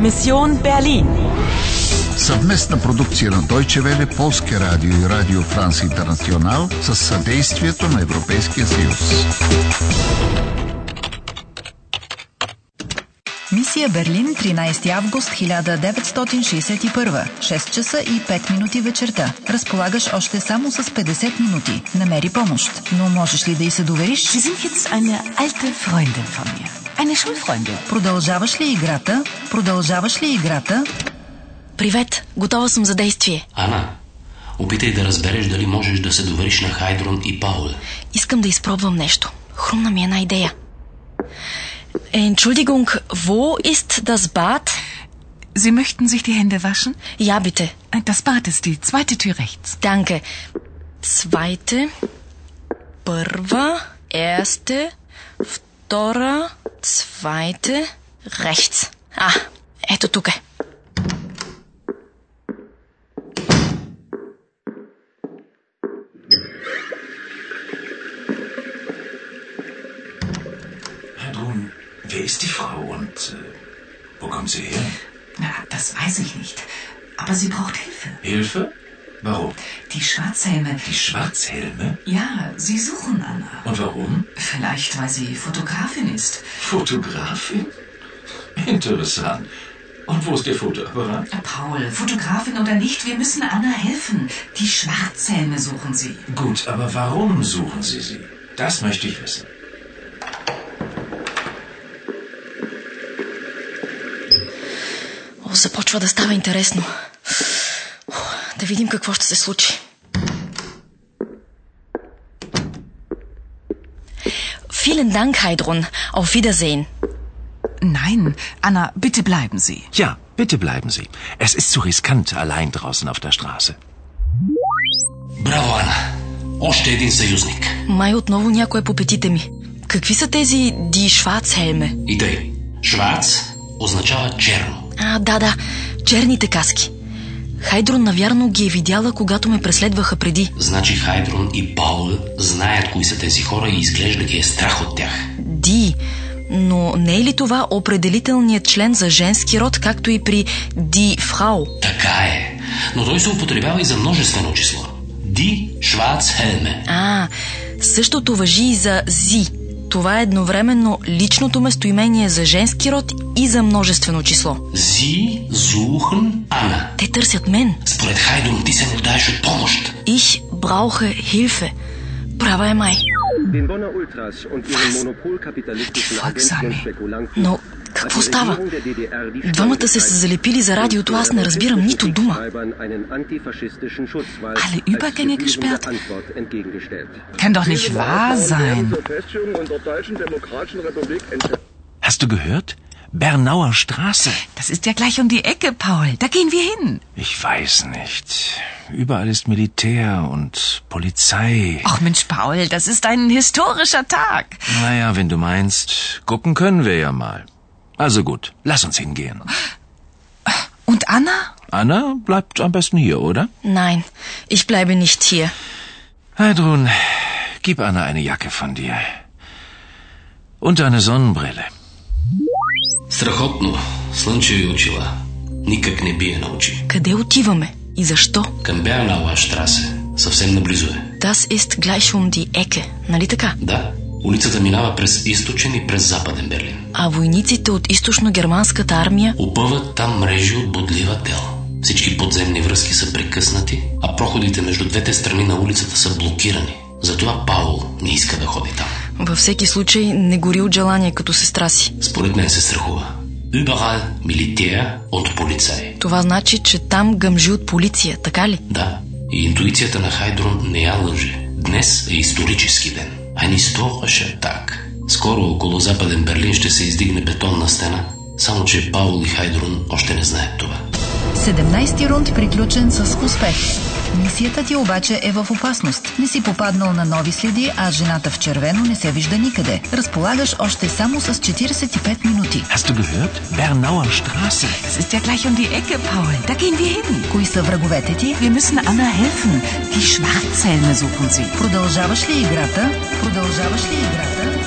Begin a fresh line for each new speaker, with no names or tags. Mission Berlin.
Съвместна продукция на Deutsche Welle, Полския радио и Радио Франс Интернационал с съдействието на Европейския съюз.
Мисия Берлин, 13 август 1961, 6 часа и 5 минути вечерта. Разполагаш още само с 50 минути. Намери помощ. Но можеш ли да й се довериш?
Sie sind jetzt eine alte Freundin von mir. Eine Schulfreundin.
Продължаваш ли играта? Продължаваш ли играта?
Привет, готова съм за действие.
Ана, опитай да разбереш дали можеш да се довериш на Хайдрон и Паул.
Искам да изпробвам нещо. Хрумна ми една идея. Entschuldigung, wo ist das Bad?
Sie möchten sich die Hände waschen?
Ja, bitte.
Das Bad ist die zweite Tür rechts.
Danke. Zweite, prva, erste, втора, zweite, rechts. А, ето тук е.
Herr Brun, wer ist die Frau und äh, wo kommt sie her?
Na, das weiß ich nicht. Aber sie braucht Hilfe.
Hilfe? Warum?
Die Schwarzhelme.
Die Schwarzhelme?
Ja, sie suchen Anna.
Und warum?
Vielleicht, weil sie Fotografin ist.
Fotografin? Interessant. Und wo ist Ihr Fotoapparat?
Paul, Fotografin oder nicht, wir müssen Anna helfen. Die Schwarzhelme suchen sie.
Gut, aber warum suchen Sie sie? Das möchte ich wissen.
О, започва да става интересно. Ух, Да видим какво ще се случи. Vielen Dank, Heidrun. Auf Wiedersehen.
Nein, Anna, bitte bleiben Sie.
Ja, bitte bleiben Sie. Es ist zu riskant, allein draußen auf der Straße.
Браво, Ана! Още един съюзник.
Май отново някой е по петите ми. Какви са тези Die Schwarzhelme?
И тъй, Шварц означава черно.
А, да, да, черните каски. Хайдрон, навярно, ги е видяла, когато ме преследваха преди.
Значи Хайдрон и Паул знаят кои са тези хора и изглежда ги е страх от тях.
Ди. Но не е ли това определителният член за женски род, както и при Ди Фрау?
Така е. Но той се употребява и за множествено число. Ди Шварц Хелме.
А, същото въжи и за Зи. Това е едновременно личното местоимение за женски род и за множествено число.
Зи Зухен Ана.
Те търсят мен.
Според Хайдрон ти се нуждаеш от помощ.
Их брауха хилфе. Права е май.
Den Bonner Ultras und ihren monopolkapitalistischen
Volksarmee.
Agenten und Spekulanten.
Но какво
hat die
става?
Regierung der DDR die
Двамата се са залепили за радиото, аз не разбирам нито дума.
Kriegstreibern einen antifaschistischen Schutzwall
Alle
als
е
Übergänge
gebührende
gesperrt?
Antwort entgegengestellt.
Kann doch nicht wahr sein.
Hast du gehört? Bernauer Straße.
Das ist ja gleich um die Ecke, Paul. Da gehen wir hin.
Ich weiß nicht. Überall ist Militär und Polizei.
Ach Mensch, Paul, das ist ein historischer Tag.
Naja, wenn du meinst, gucken können wir ja mal. Also gut, lass uns hingehen.
Und Anna?
Anna bleibt am besten hier, oder?
Nein, ich bleibe nicht hier.
Heidrun, gib Anna eine Jacke von dir. Und eine Sonnenbrille.
Страхотно. Слънчеви очила. Никак не бие на очи.
Къде отиваме и защо?
Към Бернауа Штрасе. Съвсем наблизо е.
Das ist gleich um die Ecke, нали така?
Да, улицата минава през източен и през западен Берлин.
А войниците от източно-германската армия
Опъват там мрежи от бодлива тел. Всички подземни връзки са прекъснати, а проходите между двете страни на улицата са блокирани. Затова Паул не иска да ходи там.
във всеки случай не гори от желание като сестра си.
Според мен се страхува. Überall Militär und Polizei.
Това значи, че там гъмжи от полиция, така ли?
Да, и интуицията на Хайдрон не я лъже. Днес е исторически ден. Ein historischer Tag. Скоро около Западен Берлин ще се издигне бетонна стена, само че Паул и Хайдрон още не знаят това.
17-ти рунд приключен с успех. Мисията ти обаче е в опасност. Не си попаднал на нови следи, а жената в червено не се вижда никъде. Разполагаш още само с 45 минути.
Hast du gehört? Bernauer Straße.
Das ist ja gleich um die Ecke, Paul. Da gehen wir hin.
Кои са враговете ти?
Wir müssen Anna helfen. Die Schwarzhelme suchen sie.
Продължаваш ли играта? Продължаваш ли играта?